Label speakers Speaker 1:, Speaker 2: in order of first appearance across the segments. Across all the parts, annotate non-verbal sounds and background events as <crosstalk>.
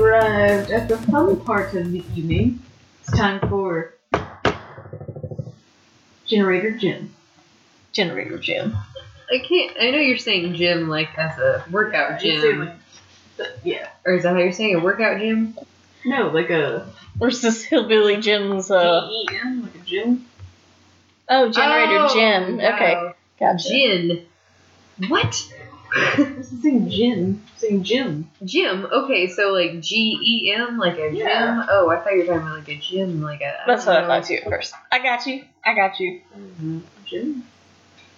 Speaker 1: arrived at the fun part of the evening. It's time for Generator Jim.
Speaker 2: Generator Jim. I can't. I know you're saying gym like as a workout gym,
Speaker 1: Yeah.
Speaker 2: or is that how you're saying a workout gym?
Speaker 1: No, like a
Speaker 3: Or is this <laughs> Hillbilly Jim's? Uh,
Speaker 1: G-E-M, like a gym.
Speaker 3: oh, Generator
Speaker 2: Oh,
Speaker 3: Jim. Okay,
Speaker 2: wow.
Speaker 3: gotcha.
Speaker 2: Gin. What? <laughs>
Speaker 1: I'm saying gym. I'm saying gym.
Speaker 2: Gym. Okay, so like G E M, like a
Speaker 1: Yeah.
Speaker 2: gym. Oh, I thought you were talking about like a gym, like a.
Speaker 3: That's
Speaker 2: don't
Speaker 3: what I
Speaker 2: know.
Speaker 3: thought too at first. I got you. I got you.
Speaker 1: Gym.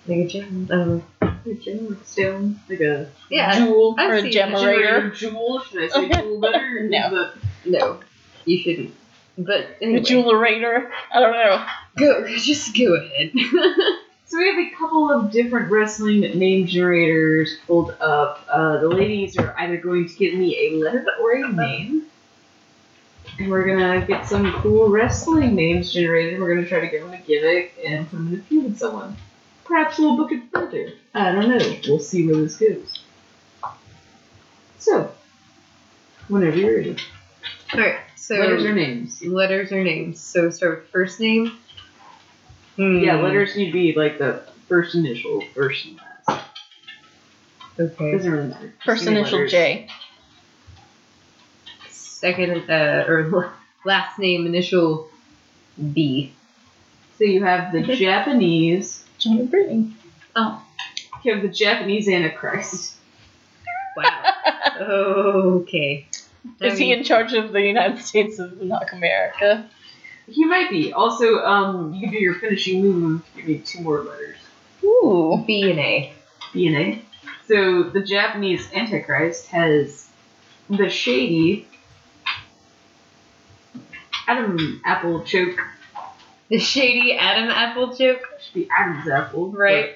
Speaker 2: Like a gym. Um,
Speaker 1: Like a gym, like a stone. Like a
Speaker 2: yeah.
Speaker 1: jewel.
Speaker 2: I've
Speaker 3: Or a
Speaker 2: seen it.
Speaker 3: gemmer. Generator.
Speaker 1: Jewel. Should I say jewel better?
Speaker 3: <laughs> No.
Speaker 1: But
Speaker 2: No, you shouldn't. But
Speaker 3: The
Speaker 2: anyway,
Speaker 3: Jewelerator. I don't know.
Speaker 2: go. <laughs> Just go ahead. <laughs>
Speaker 1: So we have a couple of different wrestling name generators pulled up. Uh, the ladies are either going to give me a letter or a name. And we're gonna get some cool wrestling names generated. We're gonna try to give them a gimmick and put them in a feud with someone. Perhaps we'll book it further. I don't know. We'll see where this goes. So, whenever you're ready,
Speaker 2: All right. So
Speaker 1: letters or names?
Speaker 2: letters or names. So start with first name. Hmm.
Speaker 1: Yeah, letters need to be like the first initial, first and last.
Speaker 2: Hmm, Okay.
Speaker 1: Doesn't really matter. Just
Speaker 3: First
Speaker 1: give me
Speaker 3: initial
Speaker 1: letters.
Speaker 3: J.
Speaker 2: Second uh, or <laughs> last name initial B.
Speaker 1: So you have the Japanese.
Speaker 3: John and Brittany.
Speaker 2: Oh.
Speaker 1: You have the Japanese Antichrist.
Speaker 3: <laughs>
Speaker 2: Wow. okay. I
Speaker 3: Is he
Speaker 2: mean,
Speaker 3: in charge of the United <laughs> States of North America?
Speaker 1: He might be. Also, um, you can do your finishing move. Give me two more letters.
Speaker 3: Ooh.
Speaker 2: B and A?
Speaker 1: B and A. So the Japanese Antichrist has the shady Adam Apple choke.
Speaker 2: The shady Adam Apple joke.
Speaker 1: Should be Adam's apple, but
Speaker 2: Right.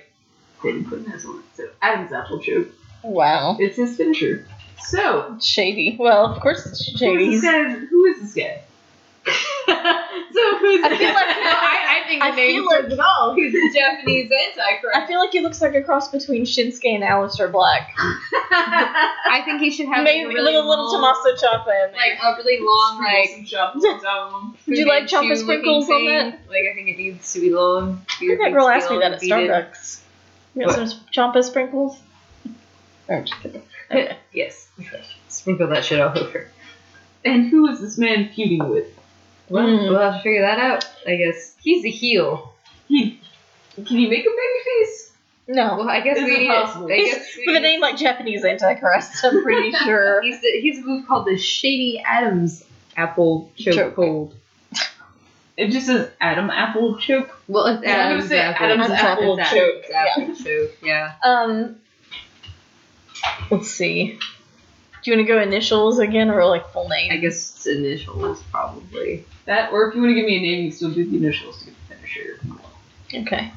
Speaker 1: They didn't put an S on it. So Adam's apple choke.
Speaker 3: Wow.
Speaker 1: It's his finisher. So
Speaker 3: Shady. Well, of course it's shady.
Speaker 1: who's this
Speaker 3: He's-
Speaker 1: guy? Who is this guy? <laughs>
Speaker 2: so who's
Speaker 3: I
Speaker 2: <laughs>
Speaker 3: feel like-
Speaker 2: I, I think the
Speaker 3: I
Speaker 2: name
Speaker 3: feel like-
Speaker 2: says it all. He's a Japanese antichrist.
Speaker 3: I feel like he looks like a cross between Shinsuke and Alistair Black.
Speaker 1: <laughs>
Speaker 2: I think he should have
Speaker 3: Maybe
Speaker 2: like,
Speaker 3: like
Speaker 2: a really
Speaker 3: a little
Speaker 2: long,
Speaker 3: Tommaso Ciampa in there.
Speaker 2: like a really long like.
Speaker 1: some chops on top of him.
Speaker 3: Would you like chocolate
Speaker 2: Fu Manchu
Speaker 3: sprinkles on
Speaker 2: looking
Speaker 3: that?
Speaker 2: thing. Like I think it needs to be long.
Speaker 3: I think that girl asked me that at
Speaker 2: Starbucks.
Speaker 3: Starbucks. You got some Ciampa sprinkles? Oh, just kidding. Okay.
Speaker 2: <laughs> Yes. Sprinkle that shit all over.
Speaker 1: And who is this man feuding with?
Speaker 2: Well,
Speaker 3: Mm.
Speaker 2: we'll have to figure that out. I guess he's a heel.
Speaker 1: He can you make a baby face?
Speaker 3: No.
Speaker 2: Well, I guess
Speaker 1: This
Speaker 2: we
Speaker 1: is
Speaker 2: need.
Speaker 1: impossible.
Speaker 2: I
Speaker 3: He's-
Speaker 2: guess <laughs> we
Speaker 3: With a
Speaker 2: need-
Speaker 3: name like Japanese Antichrist, I'm pretty sure.
Speaker 2: He's the, he's a move called the Shady Adams Apple
Speaker 3: Choke.
Speaker 2: Chokehold.
Speaker 1: It just says Adam Apple choke.
Speaker 2: Well, it's
Speaker 1: Yeah, I'm gonna
Speaker 2: Adams
Speaker 1: say
Speaker 2: Apple.
Speaker 1: Adam's
Speaker 2: It's
Speaker 1: Apple
Speaker 2: Adam's
Speaker 3: Choke,
Speaker 2: Apple Choke. Yeah.
Speaker 3: Um, let's see. Do you want to go initials again or like full name?
Speaker 2: I guess its initial is probably.
Speaker 1: That or if you want to give me a name, you can still do the initials to get the finisher.
Speaker 3: Okay.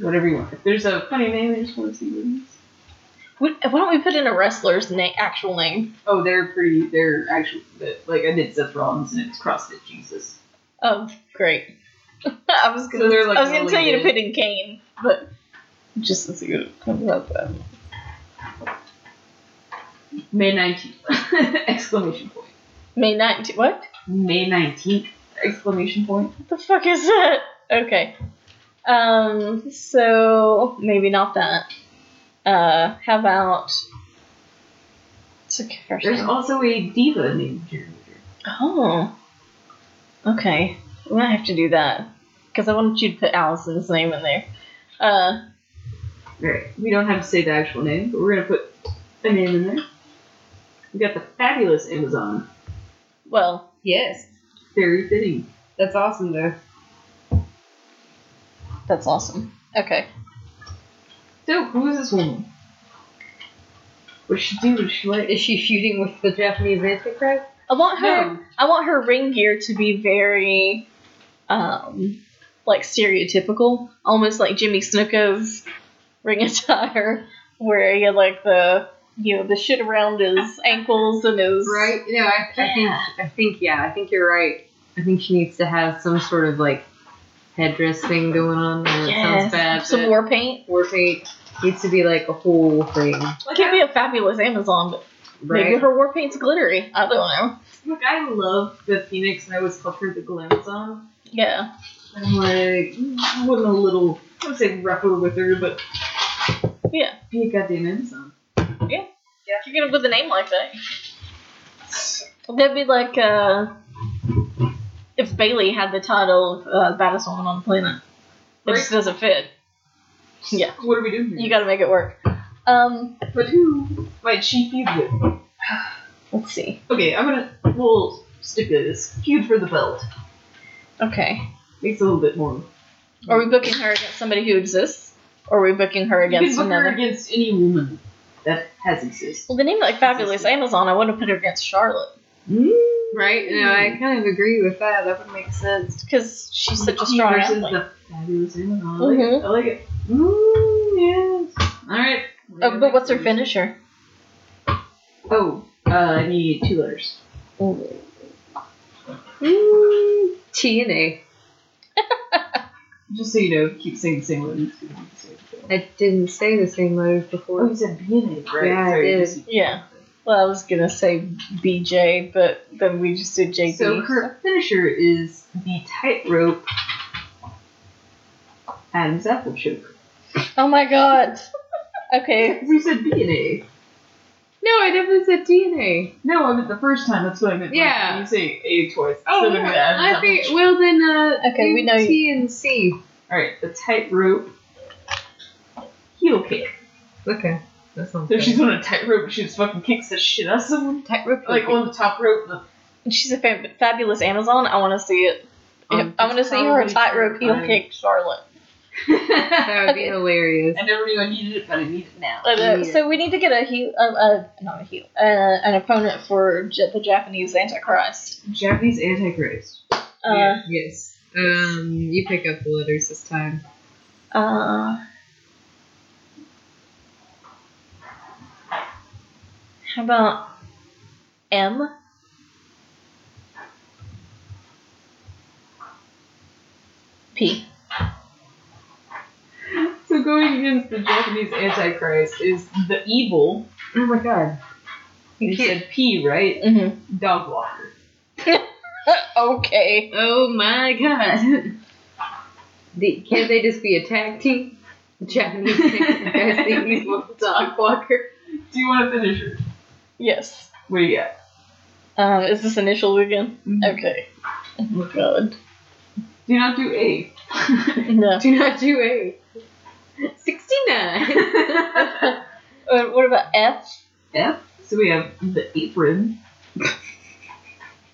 Speaker 1: Whatever you want. If there's a funny name, I just want to see what it is.
Speaker 3: Wh- Why don't we put in a wrestler's na- actual name?
Speaker 1: Oh, they're pretty. They're actually like I did Seth Rollins and it's CrossFit Jesus.
Speaker 3: Oh, great. <laughs> I was gonna,
Speaker 1: So they're, like,
Speaker 3: I was gonna
Speaker 1: really
Speaker 3: tell you to
Speaker 1: good.
Speaker 3: put in Kane, but just as good comes up. um,
Speaker 1: May nineteenth! <laughs> exclamation point.
Speaker 3: May 19th. What?
Speaker 1: May nineteenth! Exclamation point.
Speaker 3: What the fuck is that? Okay. Um, so maybe not that. Uh, how about. It's okay, first
Speaker 1: There's
Speaker 3: name.
Speaker 1: also a diva named Generator.
Speaker 3: Oh. Okay. We might have to do that. Because I wanted you to put Allison's name in there. Uh,
Speaker 1: Alright, we don't have to say the actual name, but we're gonna put a name in there. We got the fabulous Amazon.
Speaker 3: well,
Speaker 2: Yes.
Speaker 1: Very fitting.
Speaker 2: That's awesome though.
Speaker 3: that's awesome. Okay.
Speaker 1: So, who is this woman? What's she do? Is she like?
Speaker 2: Is she feuding with the Japanese Antichrist?
Speaker 3: I want her.
Speaker 1: No.
Speaker 3: I want her ring gear to be very, um, like stereotypical, almost like Jimmy Snuka's ring <laughs> attire, where he had like the you know the shit around his ankles and his
Speaker 2: Right. No, I, I think
Speaker 3: Yeah.
Speaker 2: I think yeah. I think you're right. I think she needs to have some sort of like headdress thing going on. I know It
Speaker 3: Yes.
Speaker 2: sounds bad.
Speaker 3: Some
Speaker 2: but
Speaker 3: war paint.
Speaker 2: war paint needs to be like a whole thing.
Speaker 3: It can't be a fabulous Amazon, but
Speaker 2: Right?
Speaker 3: Maybe her war paint's glittery. I don't know.
Speaker 1: Look, I love the Phoenix, and I always called her the Glam Song.
Speaker 3: Yeah.
Speaker 1: I'm like, wasn't a little, I would say rougher with her, but
Speaker 3: Yeah.
Speaker 1: be a goddamn ensign.
Speaker 3: If you're gonna put the name like that, that'd be like uh, if Bailey had the title of uh, baddest woman on the planet. It just doesn't fit. Yeah.
Speaker 1: What are we doing here?
Speaker 3: You gotta make it work. Um,
Speaker 1: but who might she feud with?
Speaker 3: let's see.
Speaker 1: Okay, I'm gonna, we'll stipulate this. Feud for the belt.
Speaker 3: Okay.
Speaker 1: Makes it a little bit more.
Speaker 3: Are we booking her against somebody who exists? Or are we booking her
Speaker 1: You can
Speaker 3: against
Speaker 1: book her
Speaker 3: another?
Speaker 1: against any woman that has existed.
Speaker 3: Well, the name like Fabulous Amazon, I would have put her against Charlotte.
Speaker 2: Right? No, I kind of agree with that. That would make sense.
Speaker 3: Because she's such a
Speaker 1: She
Speaker 3: strong Mm-hmm.
Speaker 1: versus
Speaker 3: athlete.
Speaker 1: the fabulous Amazon. I like it. I like it. Mm, yes. All right.
Speaker 3: Oh, but what's her finisher?
Speaker 1: Oh, uh, I need two letters.
Speaker 2: Mm, TNA.
Speaker 1: Just so you know, keep saying the same letters.
Speaker 2: I didn't say the same letters before.
Speaker 1: Oh, you said beginning, right?
Speaker 2: Yeah, I
Speaker 1: Sorry,
Speaker 2: did.
Speaker 1: just-
Speaker 3: Yeah. Well, I was gonna say BJ, but then we just did JB.
Speaker 1: So her finisher is the tightrope Adam's apple
Speaker 3: <laughs>
Speaker 1: choker.
Speaker 3: oh my god. okay.
Speaker 1: You said DNA.
Speaker 2: No, I definitely said TNA.
Speaker 1: No, I meant the first time. That's what I meant.
Speaker 2: Yeah.
Speaker 1: You say A twice.
Speaker 2: Oh,
Speaker 1: so then
Speaker 2: yeah,
Speaker 1: the Adam's
Speaker 2: I
Speaker 1: apple
Speaker 2: think.
Speaker 1: choker.
Speaker 2: Well, then, uh,
Speaker 3: Okay, we know you-
Speaker 2: T and C.
Speaker 1: All right, the tightrope heel kick.
Speaker 2: Okay, that sounds
Speaker 1: So
Speaker 2: good.
Speaker 1: she's on a tightrope. She just fucking kicks the shit out of someone.
Speaker 2: tightrope.
Speaker 1: Like on the top rope. The,
Speaker 3: She's a fab- fabulous Amazon. I want to see it.
Speaker 1: Um,
Speaker 3: I want to
Speaker 1: it's
Speaker 3: see her
Speaker 1: probably
Speaker 3: tightrope heel
Speaker 1: terrifying.
Speaker 3: kick Charlotte.
Speaker 2: <laughs> that would be
Speaker 3: Okay.
Speaker 2: hilarious.
Speaker 1: I never knew I needed it, but I need it now.
Speaker 3: Uh,
Speaker 2: Yeah.
Speaker 3: So we need to get a heel, uh, uh, not a heel, uh, an opponent for J- the Japanese Antichrist.
Speaker 1: Japanese antichrist.
Speaker 3: Uh,
Speaker 2: Yeah, yes. Um, you pick up the letters this time.
Speaker 3: Uh, how about M? P.
Speaker 1: So going against the Japanese antichrist is the evil.
Speaker 2: Oh my god.
Speaker 1: You said P, right?
Speaker 3: Mm-hmm.
Speaker 1: Dog walker.
Speaker 3: <laughs> okay.
Speaker 2: Oh my god. The, can't they just be a tag team? The Japanese guys think he's a dog walker.
Speaker 1: Do you want to finish her?
Speaker 3: Yes.
Speaker 1: What do you got?
Speaker 3: Um, is this initial again? Okay. Oh my god.
Speaker 1: Do not do A. <laughs>
Speaker 3: No.
Speaker 2: Do not do A. 69.
Speaker 3: Uh, What about F?
Speaker 1: F. So we have the apron.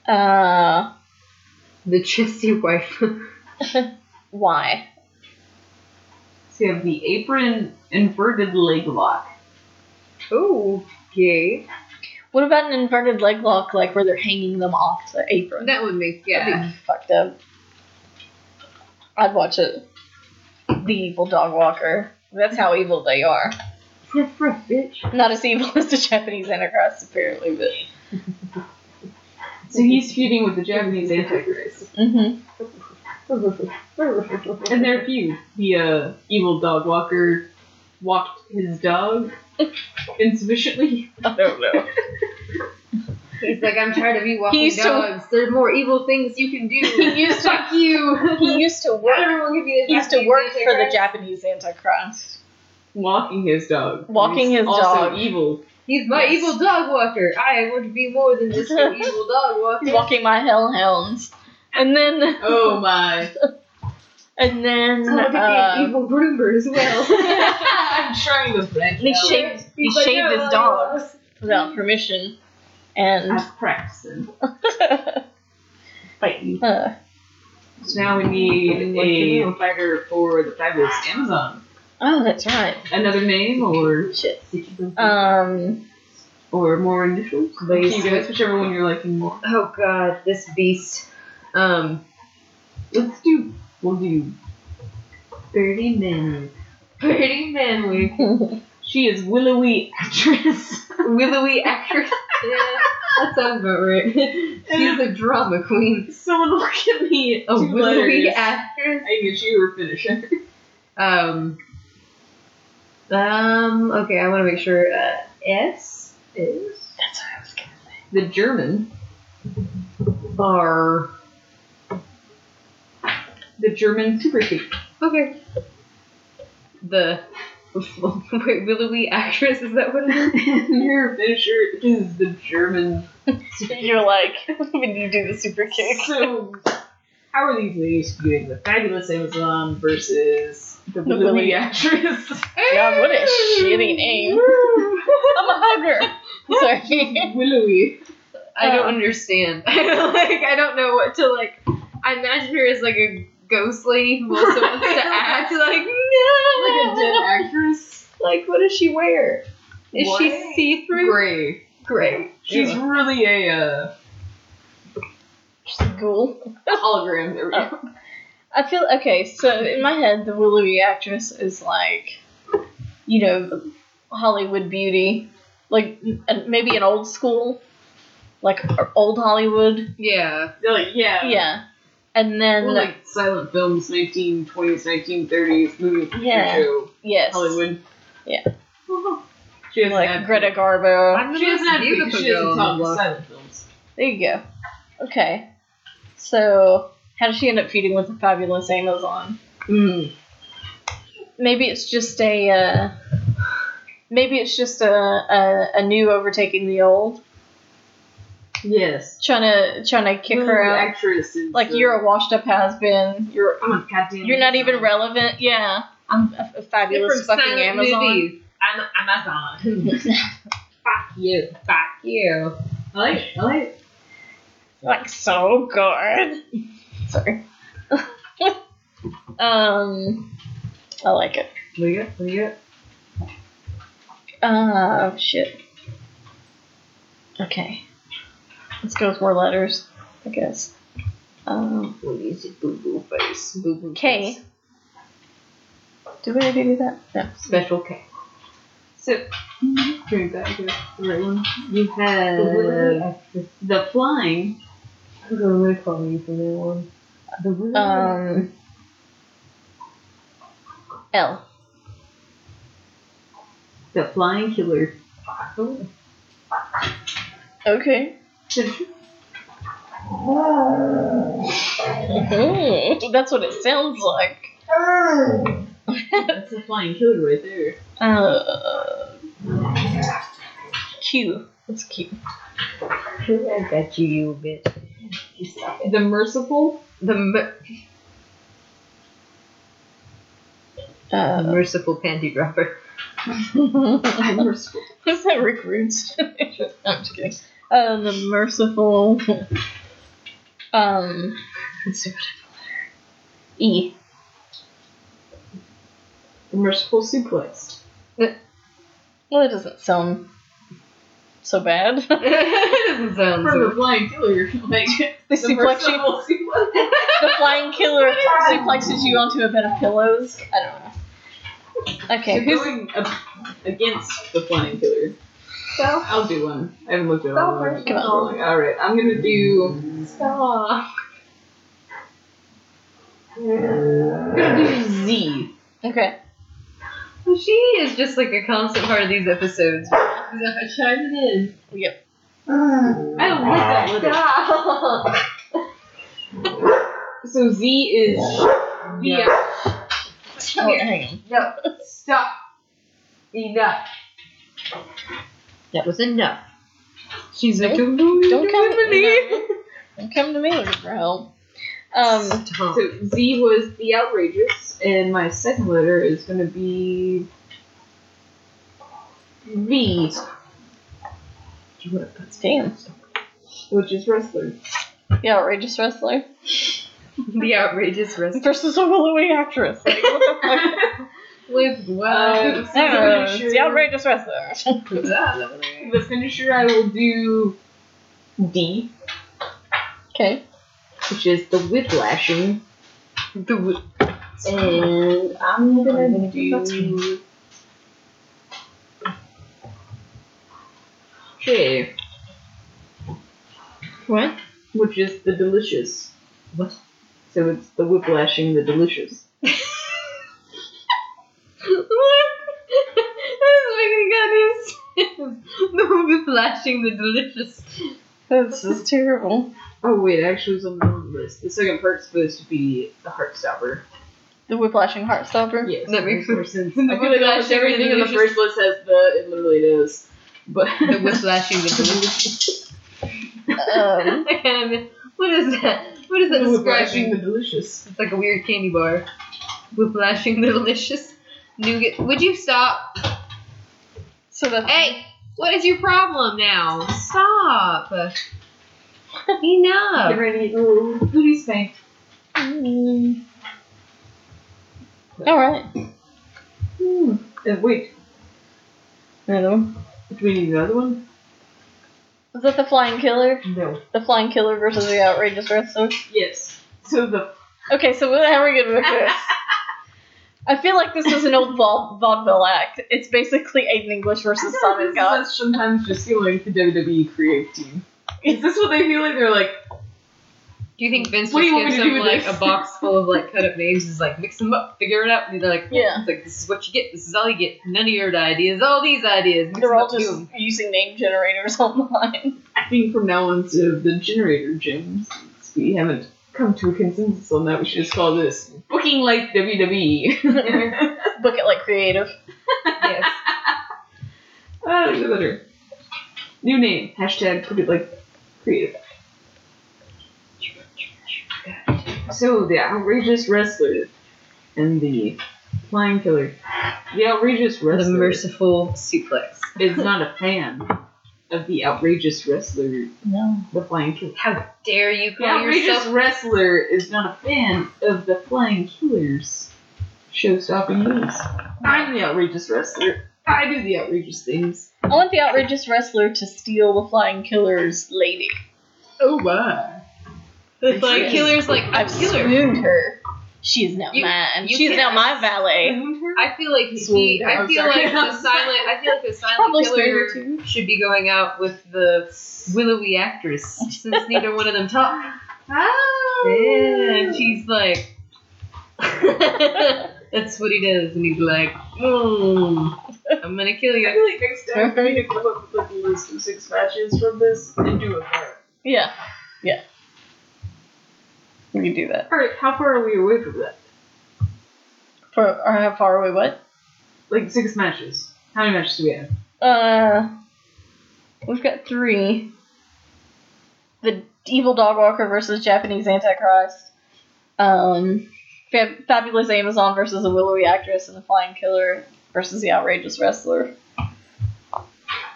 Speaker 3: Uh,
Speaker 2: <laughs> the trusty wife.
Speaker 3: Y.
Speaker 1: So we have the apron inverted leg lock.
Speaker 2: okay.
Speaker 3: What about an inverted leg lock, like where they're hanging them off the apron?
Speaker 2: That would make,
Speaker 3: That'd
Speaker 2: yeah.
Speaker 3: be fucked up. I'd watch it. The evil dog walker. That's how evil they are.
Speaker 2: Ruff, ruff, bitch.
Speaker 3: Not as evil <laughs> as the Japanese Antichrist, apparently, but.
Speaker 1: So he's feuding with the Japanese antichrist.
Speaker 3: Mm-hmm.
Speaker 1: And their feud. The uh, evil dog walker walked his dog insufficiently.
Speaker 3: I don't know.
Speaker 2: He's like, I'm tired of you walking
Speaker 3: He's so-
Speaker 2: dogs. There are more evil things you can do.
Speaker 3: <laughs> <laughs> He used to.
Speaker 2: Fuck you.
Speaker 3: He used to work.
Speaker 2: Everyone can be the
Speaker 3: He used to
Speaker 2: Japanese
Speaker 3: work for the
Speaker 2: Antichrist.
Speaker 3: Japanese Antichrist.
Speaker 1: Walking his dog.
Speaker 3: Walking
Speaker 1: He's
Speaker 3: his
Speaker 1: also
Speaker 3: dog.
Speaker 1: evil.
Speaker 2: He's my
Speaker 1: Yes.
Speaker 2: evil dog walker. I would be more than just
Speaker 3: <laughs>
Speaker 2: an evil dog walker.
Speaker 3: Walking my hellhounds. And then.
Speaker 1: Oh my.
Speaker 3: And
Speaker 2: I
Speaker 3: then.
Speaker 2: would be an
Speaker 3: Uh, <laughs>
Speaker 2: evil groomer as well.
Speaker 1: I'm <laughs> trying to branch
Speaker 3: he
Speaker 1: out.
Speaker 3: shaved, he shaved his dogs without permission. And. <laughs>
Speaker 1: I'm practicing.
Speaker 3: Uh,
Speaker 1: So now we need a fighter for the fabulous Amazon.
Speaker 3: oh, that's right.
Speaker 1: Another name or
Speaker 3: Shit. Um, <laughs>
Speaker 1: or more initials?
Speaker 2: Please.
Speaker 1: You guys, whichever one you're liking more.
Speaker 2: oh god, this beast. Um,
Speaker 3: <laughs>
Speaker 2: <laughs>
Speaker 1: Let's do. We'll do.
Speaker 2: pretty men. Pretty men with
Speaker 1: She is willowy actress.
Speaker 2: willowy actress. yeah, that sounds about right. <laughs> She's a drama queen.
Speaker 1: <laughs> Someone look at me.
Speaker 2: A
Speaker 1: Two
Speaker 2: willowy
Speaker 1: letters.
Speaker 2: actress.
Speaker 1: I guess you were finisher.
Speaker 2: Um. Um. Okay, I want to make sure. Uh, S is
Speaker 3: That's what I was gonna say.
Speaker 1: the German are the German super chic. <laughs>
Speaker 2: Okay. The <laughs> wait, Willowy actress is that what it is?
Speaker 3: <laughs>
Speaker 1: Your finisher is the German.
Speaker 3: <laughs> You're like when you do the super kick.
Speaker 1: So, how are these ladies doing? The fabulous Amazon versus the,
Speaker 3: The
Speaker 1: Willy <laughs>
Speaker 3: Willy.
Speaker 1: actress.
Speaker 3: God, what a shitty name. <laughs> I'm a <laughs> hugger. Sorry.
Speaker 1: Willowy.
Speaker 2: <laughs> I
Speaker 3: Uh. <laughs>
Speaker 2: don't understand. <laughs> I don't like. I don't know what to like. I imagine her as like a ghost lady who also wants
Speaker 3: <laughs>
Speaker 2: to act like
Speaker 1: Like a
Speaker 2: no.
Speaker 1: <laughs> dead actress.
Speaker 3: Like, what does she wear?
Speaker 2: Is
Speaker 1: Why?
Speaker 2: she see through?
Speaker 1: Gray.
Speaker 2: Great.
Speaker 1: She's
Speaker 3: Yeah.
Speaker 1: really a uh,
Speaker 3: She's a ghoul.
Speaker 1: hologram. There we go.
Speaker 3: I feel okay. So in my head, the willowy actress is like, you know, Hollywood beauty, like and maybe an old school, like or old Hollywood.
Speaker 2: Yeah.
Speaker 1: They're like, yeah.
Speaker 3: Yeah, and uh, then
Speaker 1: Well, like silent films, 1920s, 1930s movies.
Speaker 3: Yeah.
Speaker 1: Show,
Speaker 3: yes,
Speaker 1: Hollywood.
Speaker 3: Yeah.
Speaker 1: <laughs> She has
Speaker 3: like Greta Garbo.
Speaker 2: I'm
Speaker 1: She doesn't have big. She doesn't
Speaker 2: girl on the
Speaker 1: talk
Speaker 2: block.
Speaker 1: silent films.
Speaker 3: There you go. Okay, so how does she end up feeding with the fabulous Amazon?
Speaker 1: Mm.
Speaker 3: maybe it's just a uh, maybe it's just a, a a new overtaking the old
Speaker 1: Yes.
Speaker 3: trying to trying to kick her
Speaker 1: Movie
Speaker 3: out
Speaker 1: Actress is,
Speaker 3: like
Speaker 1: uh,
Speaker 3: you're a washed up has been you're
Speaker 1: I'm a goddamn.
Speaker 3: you're not even
Speaker 1: Amazon.
Speaker 3: relevant yeah i'm a, a fabulous
Speaker 2: Different
Speaker 3: fucking
Speaker 2: silent
Speaker 3: amazon
Speaker 2: movies. I'm Amazon.
Speaker 1: <laughs> Fuck you.
Speaker 2: Fuck you.
Speaker 1: I like. I like.
Speaker 3: like so good <laughs> sorry um i like it
Speaker 1: Look it. Look it.
Speaker 3: uh shit okay let's go with more letters i guess um
Speaker 2: What is it? Boo boo face. Boo boo.
Speaker 3: K.
Speaker 2: face.
Speaker 3: Do we already do that? No.
Speaker 2: Special K.
Speaker 1: So, bring back the right one. You have the flying.
Speaker 2: I'm gonna call you from now on. The Willow
Speaker 3: Um. L.
Speaker 1: The flying killer.
Speaker 2: Ooh.
Speaker 3: Okay. That's what it sounds like.
Speaker 1: <laughs> That's the flying killer right there.
Speaker 3: Uh. Q. That's Q.
Speaker 2: I got you, you bitch. You stop it.
Speaker 1: The merciful.
Speaker 2: The mer-
Speaker 3: Uh.
Speaker 2: merciful panty dropper.
Speaker 1: i <laughs> merciful.
Speaker 3: <laughs> Is that Rick Rude's? <laughs> no, I'm just kidding. Uh, the merciful. um. Let's see what I- E.
Speaker 1: The merciful suplex.
Speaker 3: Well, it doesn't sound so bad. <laughs>
Speaker 2: it doesn't sound
Speaker 1: From the
Speaker 2: so.
Speaker 1: flying killer. Like,
Speaker 3: They
Speaker 1: the
Speaker 3: <laughs> suplex you
Speaker 1: merciful suplex.
Speaker 3: the flying killer suplexes you onto a bed of pillows. I don't know. Okay,
Speaker 1: You're
Speaker 2: <laughs>
Speaker 3: who's
Speaker 1: going up against the flying killer.
Speaker 2: Stop.
Speaker 1: I'll do one. I haven't looked at
Speaker 2: Go
Speaker 1: all.
Speaker 2: for
Speaker 1: of
Speaker 2: it.
Speaker 1: them.
Speaker 3: Come on.
Speaker 1: All right, I'm gonna do.
Speaker 2: Stop.
Speaker 1: I'm gonna do Z.
Speaker 3: okay?
Speaker 2: She is just like a constant part of these episodes. She's like, chime it in.
Speaker 3: Yep.
Speaker 1: I don't like that letter.
Speaker 2: Stop.
Speaker 1: So Z is yeah.
Speaker 3: Oh,
Speaker 2: Here.
Speaker 3: hang on.
Speaker 2: No. Stop. Enough. That was enough. She's like,
Speaker 3: Don't-
Speaker 2: don't, don't,
Speaker 3: Don't come
Speaker 2: come at me.
Speaker 3: Don't come to me looking for help. Um,
Speaker 2: Stop.
Speaker 1: So Z was the outrageous, and my second letter is gonna be V,
Speaker 3: damn.
Speaker 1: which is wrestler.
Speaker 3: The outrageous wrestler
Speaker 2: the outrageous
Speaker 1: <laughs>
Speaker 2: risk
Speaker 3: versus a willowy <laughs> actress. Like, what the fuck?
Speaker 1: Uh, <laughs>
Speaker 2: with
Speaker 3: <laughs>
Speaker 1: so
Speaker 2: what?
Speaker 3: Uh,
Speaker 1: the
Speaker 3: the
Speaker 1: finisher-
Speaker 3: outrageous wrestler.
Speaker 1: The finisher I will do D,
Speaker 3: Okay.
Speaker 1: which is the whiplashing.
Speaker 2: The
Speaker 1: And I'm gonna,
Speaker 2: I'm gonna
Speaker 1: do.
Speaker 2: do-
Speaker 1: J,
Speaker 3: What?
Speaker 1: which is the delicious.
Speaker 2: what?
Speaker 1: So it's the whiplashing the delicious.
Speaker 2: <laughs> What? That doesn't make any goddamn sense. the movie flashing the delicious.
Speaker 3: This is terrible.
Speaker 1: Oh wait, it actually was on the wrong list. The second part's supposed to be the Heartstopper.
Speaker 3: The whiplashing heartstopper.
Speaker 1: Yes,
Speaker 2: That makes
Speaker 1: more sense. <laughs>
Speaker 2: The
Speaker 1: I feel like almost
Speaker 2: whiplash,
Speaker 1: everything in the
Speaker 2: everything is
Speaker 1: first list has the. It literally does. But <laughs>
Speaker 2: The whiplashing the delicious.
Speaker 3: Um,
Speaker 2: and what is that? What is that
Speaker 1: Whiplashing the
Speaker 2: describing?
Speaker 1: delicious.
Speaker 2: It's like a weird candy bar. Whiplashing the delicious nougat. Would you stop?
Speaker 3: so that's
Speaker 2: Hey, what is your problem now?
Speaker 1: <laughs>
Speaker 2: Stop. Enough.
Speaker 1: ready to little booty spank.
Speaker 3: Mm. All right.
Speaker 1: Hmm. Uh, wait,
Speaker 3: Another one.
Speaker 1: do we need another one?
Speaker 3: Is that the flying killer?
Speaker 1: No.
Speaker 3: The flying killer versus the outrageous wrestler.
Speaker 1: Yes. So the
Speaker 3: Okay, so what- how are we gonna make this?
Speaker 1: <laughs>
Speaker 3: I feel like this is an old vau- vaudeville act. It's basically Aiden English
Speaker 1: I
Speaker 3: versus
Speaker 1: feel like
Speaker 3: Simon
Speaker 1: this is
Speaker 3: Gotch.
Speaker 1: us sometimes just feeling like the WWE creative E team. Is this what they feel like? They're like,
Speaker 2: Do you think Vince
Speaker 1: What do you
Speaker 2: just
Speaker 1: want
Speaker 2: gives
Speaker 1: me to
Speaker 2: them
Speaker 1: do with
Speaker 2: like
Speaker 1: this?
Speaker 2: a box full of like cut up names? Is like mix them up, figure it out. And they're like,
Speaker 3: Yeah.
Speaker 2: it's like this is what you get. This is all you get. None of your ideas. All these ideas. Mix
Speaker 3: They're
Speaker 2: them
Speaker 3: all
Speaker 2: up, do
Speaker 3: just
Speaker 2: 'em."
Speaker 3: using name generators
Speaker 2: <laughs>
Speaker 3: <laughs> online.
Speaker 1: I think from now on, instead of the generator gym, since we haven't come to a consensus on that, we should just call this Booking Like E. WWE.
Speaker 3: Book it like creative.
Speaker 2: yes.
Speaker 1: <laughs> ah, that's better. New name, hashtag put it like creative. So, the outrageous wrestler and the flying killer. The outrageous
Speaker 2: The
Speaker 1: wrestler.
Speaker 2: merciful suplex.
Speaker 1: is not a fan of the outrageous wrestler,
Speaker 3: No.
Speaker 1: the flying killer.
Speaker 2: How dare you
Speaker 1: The
Speaker 2: call
Speaker 1: outrageous
Speaker 2: yourself?
Speaker 1: wrestler is not a fan of the flying killers. Show stopping news. I'm the outrageous wrestler. I do the outrageous things.
Speaker 3: I want the outrageous wrestler to steal the flying killer's lady.
Speaker 1: Oh wow.
Speaker 2: The flying killer's like I'm
Speaker 3: I've
Speaker 2: killer.
Speaker 3: swooned her. She is now
Speaker 2: You-
Speaker 3: mine.
Speaker 2: you
Speaker 3: She is now
Speaker 2: can't- <laughs>
Speaker 3: my valet. <laughs>
Speaker 2: I feel like he.
Speaker 1: Swooned.
Speaker 2: I
Speaker 1: I'm
Speaker 2: feel
Speaker 1: sorry. <laughs>
Speaker 2: like the silent. I feel like the
Speaker 3: Probably
Speaker 2: silent
Speaker 3: swooned
Speaker 2: killer
Speaker 3: her too.
Speaker 2: should be going out with the willowy actress since neither one of them talk. And she's like, <laughs> that's what he does. And he's like,
Speaker 1: Hmm.
Speaker 2: mm, I'm gonna kill
Speaker 1: I
Speaker 2: you.
Speaker 1: feel like next time we need to come up with like a list of six matches from this and do it hard.
Speaker 3: <laughs> Yeah. Yeah. We can do that.
Speaker 1: Alright, how far are we away from that?
Speaker 3: For or how far away what?
Speaker 1: Like six matches. How many matches do we have?
Speaker 3: Uh, we've got three. The evil dog walker versus Japanese antichrist. Um, Fab- fabulous Amazon versus the willowy actress and the flying killer versus the outrageous wrestler.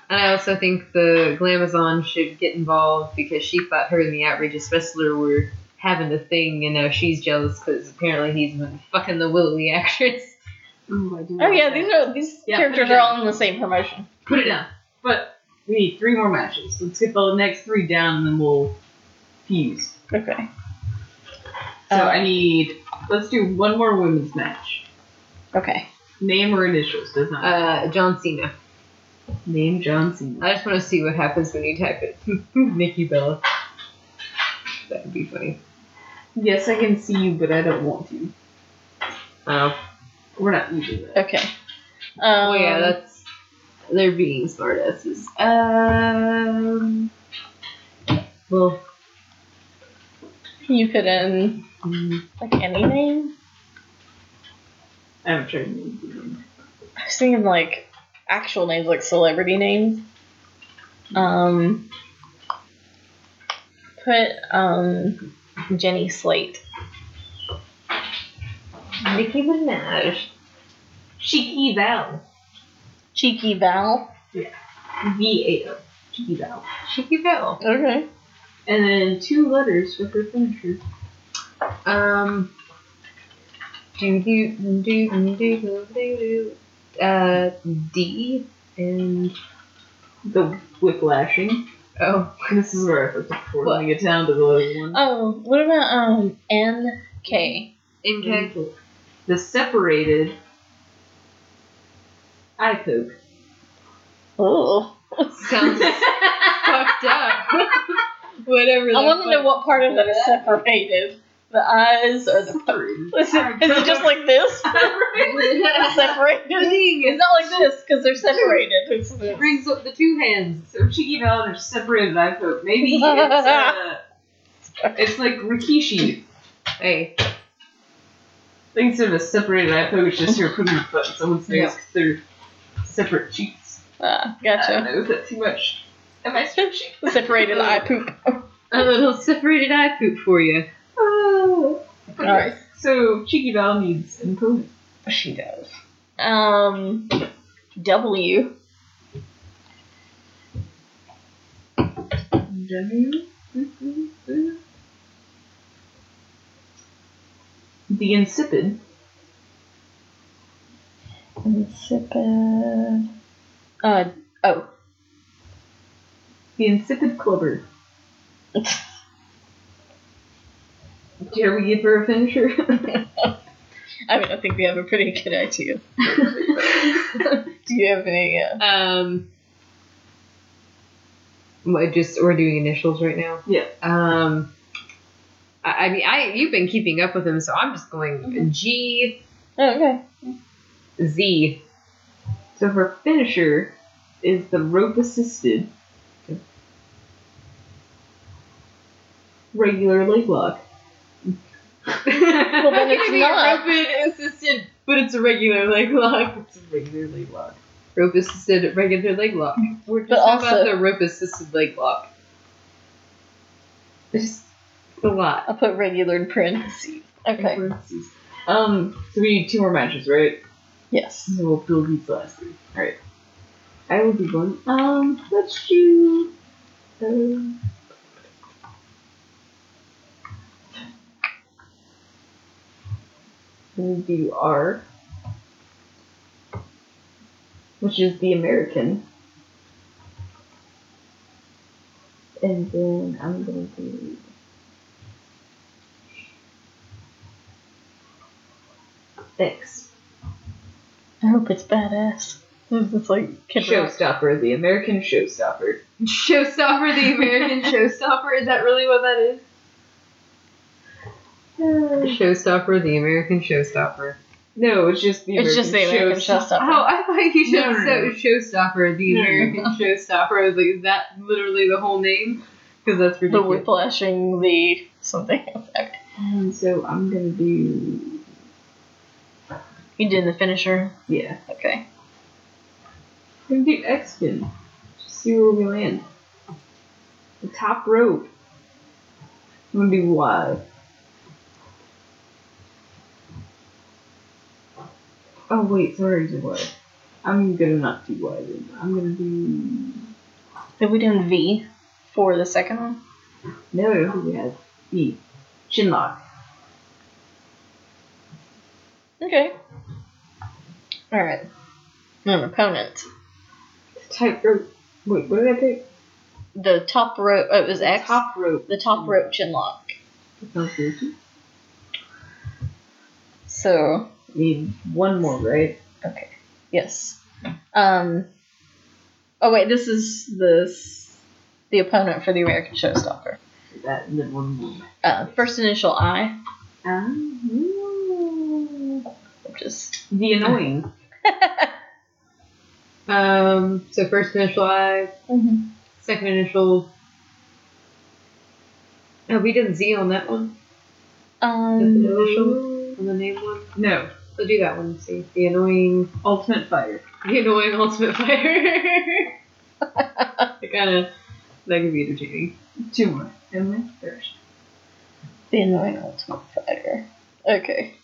Speaker 2: And I also think the Glamazon should get involved because she thought her and the outrageous wrestler were having a thing, and now she's jealous because apparently he's been fucking the willowy actress. <laughs>
Speaker 1: Ooh, I do
Speaker 3: Oh
Speaker 1: like
Speaker 3: yeah,
Speaker 1: that.
Speaker 3: these are these
Speaker 1: Yeah,
Speaker 3: characters
Speaker 1: put it
Speaker 3: are
Speaker 1: down.
Speaker 3: all in the same promotion.
Speaker 1: Put it down. But we need three more matches. Let's get the next three down and then we'll fuse.
Speaker 3: Okay.
Speaker 1: So
Speaker 3: Uh,
Speaker 1: I need. Let's do one more women's match.
Speaker 3: Okay.
Speaker 1: Name or initials does not.
Speaker 2: Uh, John Cena.
Speaker 1: name John Cena.
Speaker 2: I just want to see what happens when you type it. <laughs> Nikki Bella. That would be funny.
Speaker 1: yes, I can see you, but I don't want to.
Speaker 2: Oh.
Speaker 1: We're not using that.
Speaker 3: Okay. Um,
Speaker 2: Oh yeah, that's they're being smartasses. Um. Well,
Speaker 3: you put in
Speaker 2: mm,
Speaker 3: like any name.
Speaker 1: I haven't tried name.
Speaker 3: I was thinking like actual names, like celebrity names. Um, put um Jenny Slate.
Speaker 2: Nicki Minaj.
Speaker 1: Cheeky Val.
Speaker 3: Cheeky Val.
Speaker 1: V A L. Cheeky Val.
Speaker 2: Cheeky Bell.
Speaker 3: Okay.
Speaker 1: And then two letters for her finisher.
Speaker 2: Um. Do do do do do do do. Uh, D and
Speaker 1: The whiplashing.
Speaker 2: oh,
Speaker 1: This is where I looked before.
Speaker 3: What?
Speaker 1: When we get down to the other one.
Speaker 3: Oh, what about um N K?
Speaker 2: NK.
Speaker 1: The separated eye poke.
Speaker 3: Oh.
Speaker 2: Sounds fucked up. Whatever.
Speaker 3: I
Speaker 2: the <laughs>
Speaker 3: want to
Speaker 2: fuck-
Speaker 3: know what part of that is separated. The eyes or the. <laughs> Is it, is it just like this? separated? It's
Speaker 2: It
Speaker 3: not like this because they're separated.
Speaker 2: <laughs>
Speaker 3: It's the-
Speaker 2: <laughs> brings up the two hands.
Speaker 1: <laughs> So cheeky now they're separated. I hope maybe it's
Speaker 3: <laughs>
Speaker 1: uh, it's like Rikishi.
Speaker 2: Hey,
Speaker 1: Like instead of a separated eye poke, it's just you're putting your foot in someone's face
Speaker 2: Yeah.
Speaker 1: 'cause they're separate cheeks.
Speaker 3: Ah,
Speaker 1: I don't
Speaker 3: gotcha.
Speaker 1: know, is that too much? Am I stretching?
Speaker 3: Separated eye poop.
Speaker 2: a little separated eye poop for you.
Speaker 1: Oh.
Speaker 3: Alright.
Speaker 1: So Cheeky Val needs an opponent.
Speaker 3: She does. Um, W.
Speaker 1: The insipid.
Speaker 3: Insipid. Uh, oh.
Speaker 1: The insipid clubber. Dare we give her a finisher? <laughs>
Speaker 3: I mean, I think we have a pretty good idea. Do you have any? Uh,
Speaker 2: <laughs> Um, what, just we're doing initials right now.
Speaker 1: yeah.
Speaker 2: Um, I, I mean, I you've been keeping up with him, so I'm just going G
Speaker 3: oh, okay.
Speaker 2: Z.
Speaker 1: So her finisher is the rope assisted. Regular leg lock.
Speaker 2: <laughs> well,
Speaker 3: then it's not.
Speaker 2: rope assisted, but it's a regular leg lock.
Speaker 1: It's a regular leg lock.
Speaker 2: Rope assisted regular leg lock. We're just
Speaker 3: But
Speaker 2: how about
Speaker 3: also-
Speaker 2: the rope assisted leg lock. It's a lot.
Speaker 3: I'll put regular in parentheses. Okay.
Speaker 1: Um, so we need two more matches, right?
Speaker 3: Yes.
Speaker 1: So we'll build these last three. Alright. I will be going. Um, let's do.
Speaker 2: uh,
Speaker 1: Um, we'll do R, which is the American. And then I'm gonna do. X.
Speaker 3: I hope it's badass. This is like Kid Rock.
Speaker 1: Showstopper, the American Showstopper.
Speaker 2: Showstopper,
Speaker 1: <laughs>
Speaker 2: the American showstopper. Is that really what that is? Showstopper, the American showstopper.
Speaker 1: No, it's just the
Speaker 3: It's
Speaker 1: American
Speaker 3: just the American Showstopper.
Speaker 2: Oh, I thought you
Speaker 1: No,
Speaker 2: just
Speaker 1: no,
Speaker 2: said
Speaker 1: no.
Speaker 2: showstopper, the
Speaker 1: No, no,
Speaker 2: American showstopper. I was like, is that literally the whole name? Because that's
Speaker 3: The
Speaker 2: ridiculous.
Speaker 3: whiplashing, the something. <laughs> Okay.
Speaker 1: And so I'm gonna do
Speaker 3: You did the finisher.
Speaker 1: yeah.
Speaker 3: Okay.
Speaker 1: I'm gonna do X Fin. Just see where we land. The top rope. I'm gonna do Y. Oh wait, sorry to Y. I'm gonna not do Y then. I'm gonna do
Speaker 3: Have we done V for the second one?
Speaker 1: No, I don't think E. we have B. Chinlock.
Speaker 3: Okay. All right. An opponent.
Speaker 1: Tight rope. Wait, what did I pick?
Speaker 3: The top rope. Oh, it was X.
Speaker 1: Top rope.
Speaker 3: the top rope chin lock.
Speaker 1: That sounds good.
Speaker 3: So
Speaker 1: Need one more, right?
Speaker 3: okay, yes. Um. Oh wait, this is this the opponent for the American Showstopper.
Speaker 1: That and then one more.
Speaker 3: Uh, first initial I,
Speaker 1: Um,
Speaker 3: which is
Speaker 1: Uh-huh. the annoying.
Speaker 2: Um, so first initial I, second initial. Oh, we did Z on that one.
Speaker 3: um
Speaker 1: Mm.
Speaker 2: Initial? On the name one.
Speaker 1: No,
Speaker 2: So do that one. See the annoying,
Speaker 1: ultimate fire.
Speaker 2: <laughs> the annoying ultimate fire. <laughs> it kind of that could be entertaining.
Speaker 1: Two more. And then first.
Speaker 3: the annoying ultimate fighter. Okay,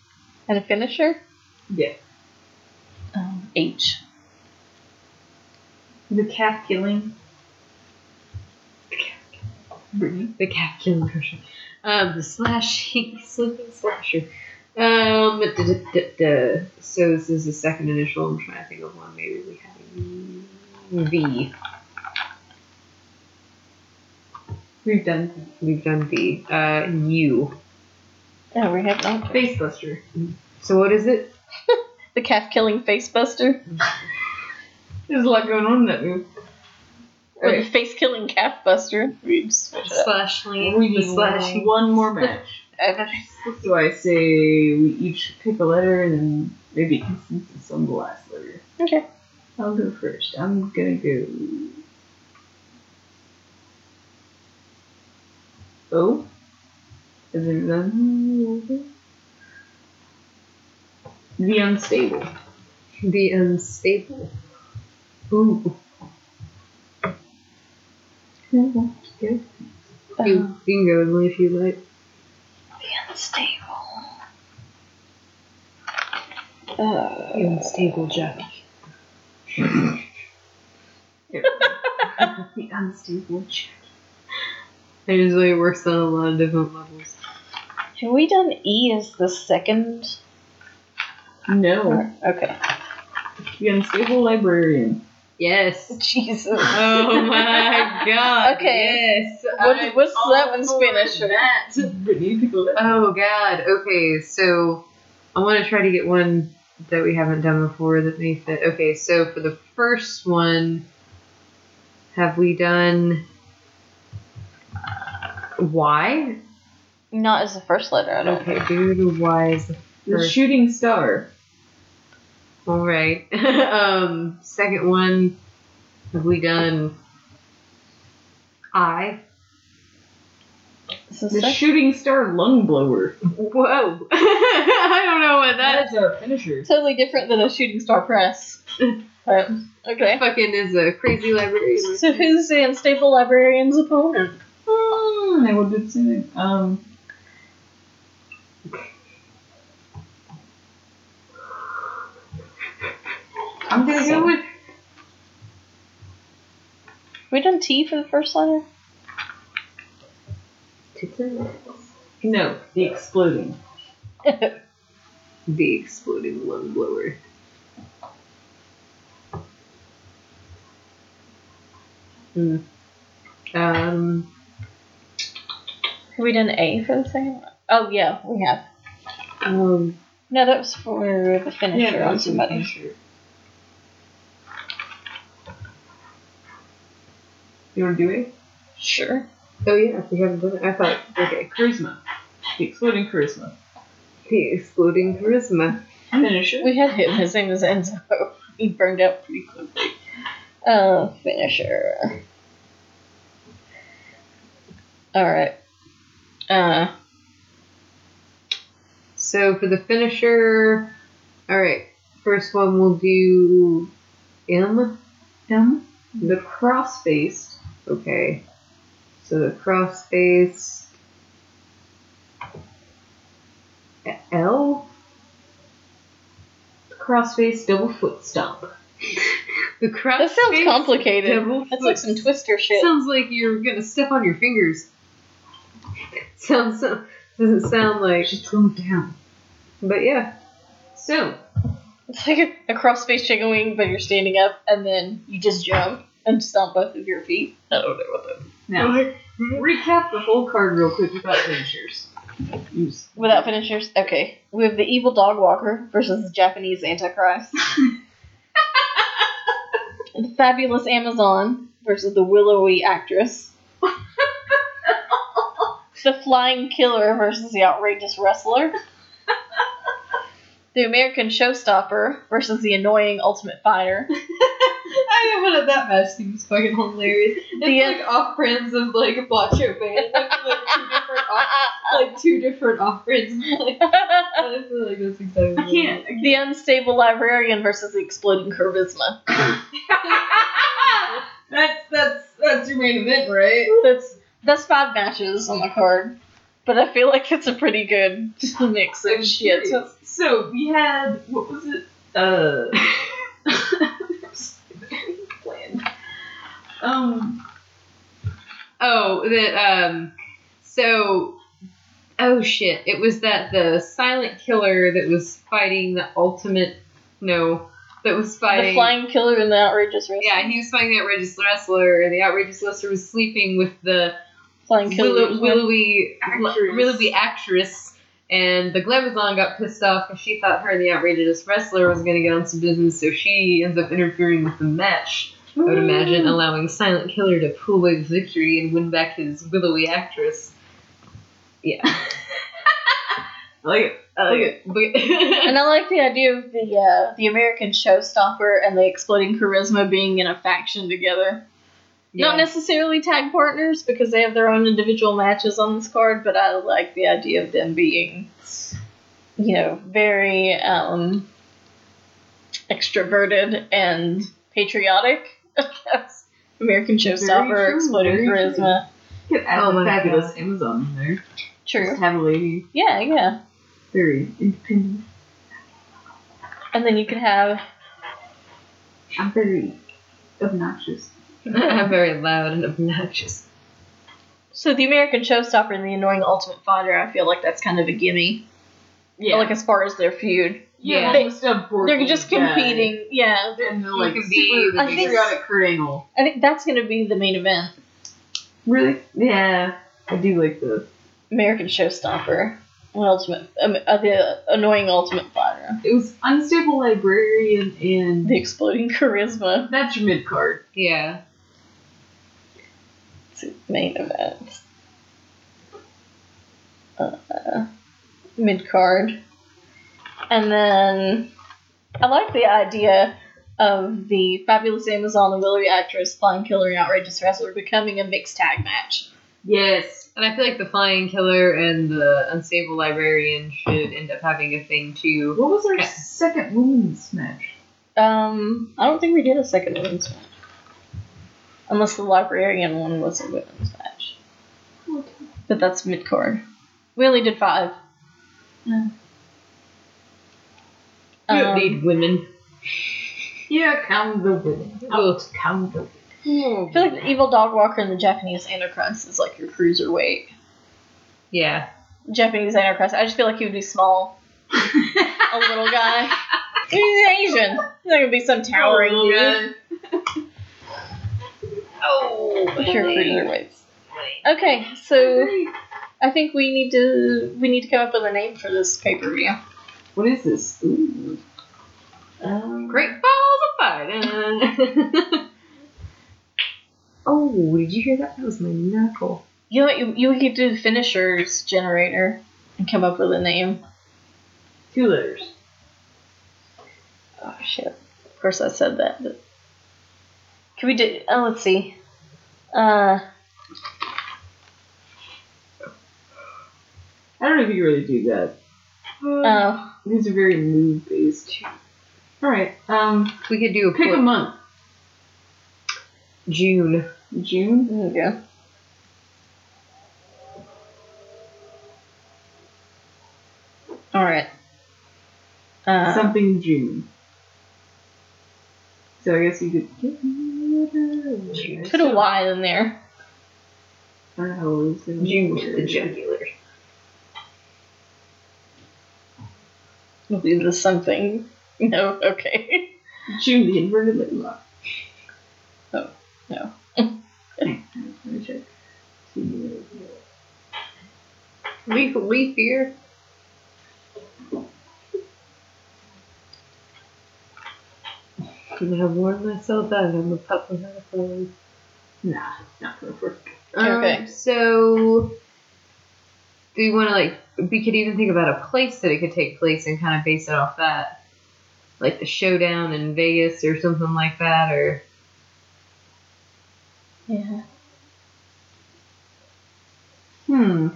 Speaker 3: and a finisher.
Speaker 1: Yeah.
Speaker 3: Um, H.
Speaker 1: The calf killing. Brittany.
Speaker 2: The cat killing crusher. Um, the slashing, <laughs> slipping slasher. Um, duh, duh, duh, duh. so this is the second initial. I'm trying to think of one. Maybe we have V.
Speaker 1: We've done
Speaker 2: We've done V. Uh, U.
Speaker 3: Oh, we have not.
Speaker 1: Facebuster.
Speaker 2: So what is it?
Speaker 3: The calf killing face buster.
Speaker 1: There's a lot going on in that move.
Speaker 3: Or the
Speaker 2: Right.
Speaker 3: face killing calf buster. We just switch it up.
Speaker 2: Slashly.
Speaker 1: We
Speaker 2: The
Speaker 1: need
Speaker 2: slash.
Speaker 1: one more match.
Speaker 3: Okay.
Speaker 1: So I say we each pick a letter and then maybe consensus on the last letter.
Speaker 3: Okay.
Speaker 1: I'll go first. I'm gonna go. O? Oh. Is it none? The unstable.
Speaker 2: The unstable.
Speaker 1: Ooh. Ooh, that's good.
Speaker 3: Um,
Speaker 2: You, you can go with me if you like.
Speaker 3: unstable. Uh,
Speaker 2: The unstable
Speaker 3: <laughs>
Speaker 2: jockey.
Speaker 1: Here. the unstable check.
Speaker 2: It usually works on a lot of different levels.
Speaker 3: have we done E as the second?
Speaker 1: No,
Speaker 3: Okay. <laughs>
Speaker 1: the unstable librarian.
Speaker 2: Yes.
Speaker 3: Jesus.
Speaker 2: <laughs> Oh
Speaker 3: <laughs>
Speaker 2: my god.
Speaker 3: Okay.
Speaker 2: Yes.
Speaker 3: What's-
Speaker 2: I'm
Speaker 3: what's
Speaker 2: all
Speaker 3: that one
Speaker 2: for
Speaker 3: Spanish?
Speaker 2: Oh, That.
Speaker 1: Brittany, pick a letter.
Speaker 2: Oh god. Okay, so I want to try to get one that we haven't done before that may fit. Okay, so for the first one, have we done uh, Y?
Speaker 3: Not as the first letter, I don't
Speaker 2: Okay, do the Y is the
Speaker 1: The
Speaker 2: first.
Speaker 1: shooting star.
Speaker 2: All right. <laughs> um, second one, have we done I?
Speaker 3: It's the
Speaker 1: The
Speaker 3: second-
Speaker 1: shooting star lung blower.
Speaker 2: Whoa! <laughs> I don't know what
Speaker 1: That
Speaker 2: that
Speaker 1: is our finisher.
Speaker 3: totally different than a shooting star
Speaker 2: <laughs>
Speaker 3: press. But, okay.
Speaker 2: fucking is a crazy librarian.
Speaker 3: So who's the unstable librarian's opponent?
Speaker 1: Hmm, I will do the same thing. Um. I'm gonna go with
Speaker 3: We done T for the first letter? <laughs>
Speaker 1: no, the exploding.
Speaker 2: the exploding lung blower. Hmm. Um,
Speaker 3: Have we done A for the second one? Oh yeah, we have.
Speaker 2: um,
Speaker 3: No, that was for the finisher on somebody.
Speaker 1: You wanna do it?
Speaker 3: Sure.
Speaker 2: oh yeah, we haven't done it. I thought, okay.
Speaker 1: Charisma. The exploding charisma.
Speaker 2: The exploding charisma.
Speaker 1: Finisher.
Speaker 3: We had him. His name was Enzo. <laughs> He burned out pretty quickly. Uh, finisher. Alright. Uh,
Speaker 2: So for the finisher, alright, first one we'll do M.
Speaker 1: Him. The cross faced.
Speaker 2: Okay. So the cross face. L?
Speaker 1: Cross faced double foot stomp.
Speaker 2: <laughs> The cross
Speaker 3: that sounds
Speaker 2: face
Speaker 3: complicated.
Speaker 2: double
Speaker 3: That's
Speaker 2: foot
Speaker 3: like some twister shit.
Speaker 2: Sounds like you're gonna step on your fingers. <laughs> sounds so, doesn't sound like,
Speaker 1: Just throw him down.
Speaker 2: but yeah.
Speaker 1: So,
Speaker 3: It's like a, a cross space chicken wing, but you're standing up and then you just jump and stomp both of your feet. I don't know what that
Speaker 1: now, recap the whole card real quick without finishers. Use.
Speaker 3: Without finishers? Okay. We have the evil dog walker versus the Japanese Antichrist. the fabulous Amazon versus the willowy actress. the flying killer versus the outrageous wrestler. the American showstopper versus the annoying ultimate fighter.
Speaker 2: <laughs> I don't want that match seems fucking hilarious. It's
Speaker 3: The-
Speaker 2: like off brands of like Blacho Bay. Like, like two different off like two different off brands. Like, I feel like that's exactly
Speaker 1: I
Speaker 3: <laughs>
Speaker 1: can't.
Speaker 3: the unstable librarian versus the exploding charisma.
Speaker 2: that's that's that's your main event, right?
Speaker 3: That's that's five matches on the card, but I feel like it's a pretty good mix
Speaker 1: I'm
Speaker 3: of shit.
Speaker 1: curious. So, we had, what was it?
Speaker 2: <laughs>
Speaker 1: Uh. plan. Um,
Speaker 2: Oh, that um so oh shit. It was that the silent killer that was fighting the ultimate no that was fighting
Speaker 3: The flying killer and the outrageous wrestler.
Speaker 2: Yeah, he was fighting the outrageous wrestler, and the outrageous wrestler was sleeping with the
Speaker 3: flying killer.
Speaker 2: willow, willowy,
Speaker 1: Actress.
Speaker 2: willowy actress. And the Glamazon got pissed off because she thought her and the outrageous wrestler was going to get on some business, so she ends up interfering with the match. I would imagine
Speaker 1: Mm.
Speaker 2: allowing Silent Killer to pull away the victory and win back his willowy actress. Yeah.
Speaker 1: I like it. I like it.
Speaker 2: Okay. Uh, but- <laughs>
Speaker 3: And I like the idea of the uh, the American showstopper and the exploding charisma being in a faction together.
Speaker 2: yeah.
Speaker 3: Not necessarily tag partners because they have their own individual matches on this card, but I like the idea of them being, you know, very um, extroverted and patriotic. <laughs> American showstopper,
Speaker 1: true,
Speaker 3: exploding
Speaker 1: very true.
Speaker 3: charisma.
Speaker 1: Could add
Speaker 2: Oh
Speaker 1: the
Speaker 2: my
Speaker 1: fabulous Amazon in there. Just
Speaker 3: True.
Speaker 1: have a lady
Speaker 3: Yeah, yeah.
Speaker 1: very independent.
Speaker 3: And then you could have
Speaker 1: I'm very obnoxious.
Speaker 2: <laughs> I'm very loud and obnoxious.
Speaker 3: so the American showstopper and the annoying ultimate fighter. I feel like that's kind of a gimme.
Speaker 1: Yeah.
Speaker 3: Like as far as their feud,
Speaker 1: yeah.
Speaker 3: They-
Speaker 1: almost a board
Speaker 3: they're
Speaker 1: game
Speaker 3: just
Speaker 1: guy.
Speaker 3: competing. Yeah,
Speaker 1: And the
Speaker 2: You
Speaker 1: like
Speaker 2: can be
Speaker 1: super
Speaker 2: the
Speaker 1: I think-
Speaker 3: biggest-
Speaker 1: patriotic Kurt Angle.
Speaker 3: I think that's going to be the main event.
Speaker 1: Really? Yeah. I do like the
Speaker 3: American Showstopper, and Ultimate, um, uh, the annoying Ultimate Fighter,
Speaker 1: it was unstable librarian and
Speaker 3: the exploding <laughs> charisma.
Speaker 1: that's your mid card.
Speaker 2: Yeah.
Speaker 3: It's the main event. Uh, Mid card, and then I like the idea of the fabulous Amazon, the willowy actress, flying killer, and outrageous wrestler becoming a mixed tag match.
Speaker 1: Yes.
Speaker 2: And I feel like the flying killer and the unstable librarian should end up having a thing too.
Speaker 1: What was our
Speaker 2: Yeah.
Speaker 1: second women's match?
Speaker 3: Um, I don't think we did a second women's match, unless the librarian one was a women's match. But that's mid card. We only did five.
Speaker 1: Yeah.
Speaker 2: You
Speaker 3: Um,
Speaker 2: don't need women.
Speaker 1: Yeah, count the women.
Speaker 2: Ugh.
Speaker 1: count the women.
Speaker 3: I feel like the evil dog walker and the Japanese Antichrist is like your cruiserweight.
Speaker 2: Yeah.
Speaker 3: Japanese Antichrist. I just feel like he would be small, a little guy. He's Asian. He's not gonna be some towering
Speaker 1: Oh,
Speaker 3: dude.
Speaker 1: yeah.
Speaker 2: Oh,
Speaker 3: It's Your cruiserweights. Okay, so I think we need to we need to come up with a name for this pay per view.
Speaker 1: What is this? Ooh. Um,
Speaker 2: Great balls of fire.
Speaker 1: Oh, did you hear that? That was my knuckle.
Speaker 3: You know what? You, you could do finishers generator and come up with a name.
Speaker 1: Two letters.
Speaker 3: Oh shit! Of course I said that. But can we do? Oh, let's see. Uh,
Speaker 1: I don't know if you really do that.
Speaker 3: uh
Speaker 1: These are very mood based. All right. Um,
Speaker 2: <laughs> we could do a
Speaker 1: pick a
Speaker 2: pl-
Speaker 1: month.
Speaker 2: June.
Speaker 1: June.
Speaker 3: there you go. All right.
Speaker 1: Uh-huh.
Speaker 3: Uh,
Speaker 1: Something June. So I guess you could get June.
Speaker 3: put a Y in there.
Speaker 1: I don't know how it was gonna
Speaker 2: June
Speaker 1: work.
Speaker 2: to the jugular.
Speaker 3: We'll do the something. <laughs> No, okay.
Speaker 1: June the inverted layla.
Speaker 3: Oh, no.
Speaker 1: Let me check. June.
Speaker 2: Leaf leaf year. Couldn't have worn myself out. I'm a pup without a phone.
Speaker 1: Nah, not gonna work.
Speaker 3: Okay.
Speaker 2: Um, so, do you want to like? We could even think about a place that it could take place and kind of base it off that, like the showdown in Vegas or something like that, or
Speaker 3: Yeah.
Speaker 1: Hmm.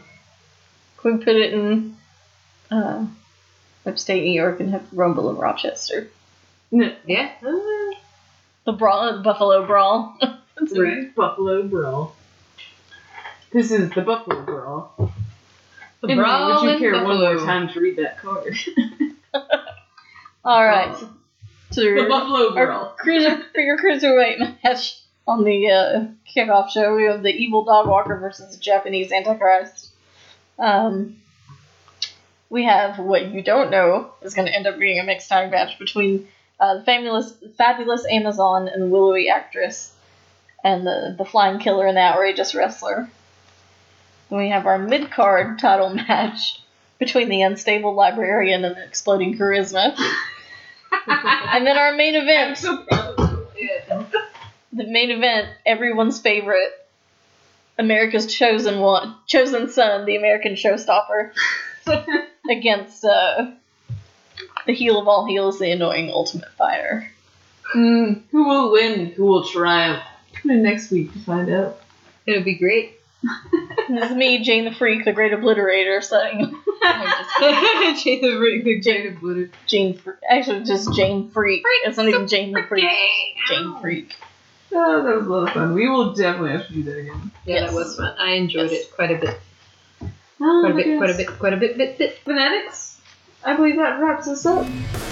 Speaker 3: Can we put it in uh, upstate New York and have Rumble in Rochester?
Speaker 1: No,
Speaker 2: yeah, uh,
Speaker 3: The brawl, Buffalo Brawl. <laughs>
Speaker 1: it's right. Buffalo Brawl. This is the Buffalo Brawl.
Speaker 2: the
Speaker 1: Emily,
Speaker 2: brawl
Speaker 1: would you
Speaker 2: in
Speaker 1: care one more
Speaker 2: Buffalo.
Speaker 1: time to read that card?
Speaker 3: All right. So
Speaker 1: <laughs> <laughs> the
Speaker 3: your,
Speaker 1: Buffalo
Speaker 3: our
Speaker 1: Brawl.
Speaker 3: cruiser, for your cruiserweight match on the uh, kickoff show, we have the evil dog walker versus the Japanese Antichrist. Um, we have what you don't know is going to end up being a mixed tag match between uh, the fabulous, fabulous Amazon and the willowy actress, and the, the flying killer and the outrageous wrestler. Then we have our mid card title match between the unstable librarian and the exploding charisma. and then our main event
Speaker 1: So proud of you.
Speaker 2: Yeah.
Speaker 3: the main event, everyone's favorite, America's chosen one, chosen son, the American showstopper, against uh, the heel of all heels, the annoying Ultimate Fighter.
Speaker 1: Mm, who will win? Who will triumph? Tune in next week to find out.
Speaker 2: It'll be
Speaker 3: <laughs>
Speaker 2: great.
Speaker 3: This is me, Jane the Freak, the Great Obliterator, saying
Speaker 2: I'm just <laughs> Jane the Freak, the Jane Obliterator.
Speaker 3: Jane. Fre- Actually, just Jane Freak. It's not even Jane the Freak. it's Jane Freak.
Speaker 1: Oh, that was a lot of fun. We will definitely have to do that again.
Speaker 2: Yeah,
Speaker 3: Yes.
Speaker 2: that was fun. I enjoyed
Speaker 3: Yes. Oh
Speaker 2: it quite a bit.
Speaker 1: Oh,
Speaker 2: Quite a
Speaker 1: my
Speaker 2: bit, quite a
Speaker 1: goodness.
Speaker 2: bit, quite a bit, bit, bit.
Speaker 1: Fanatics, I believe that wraps us up.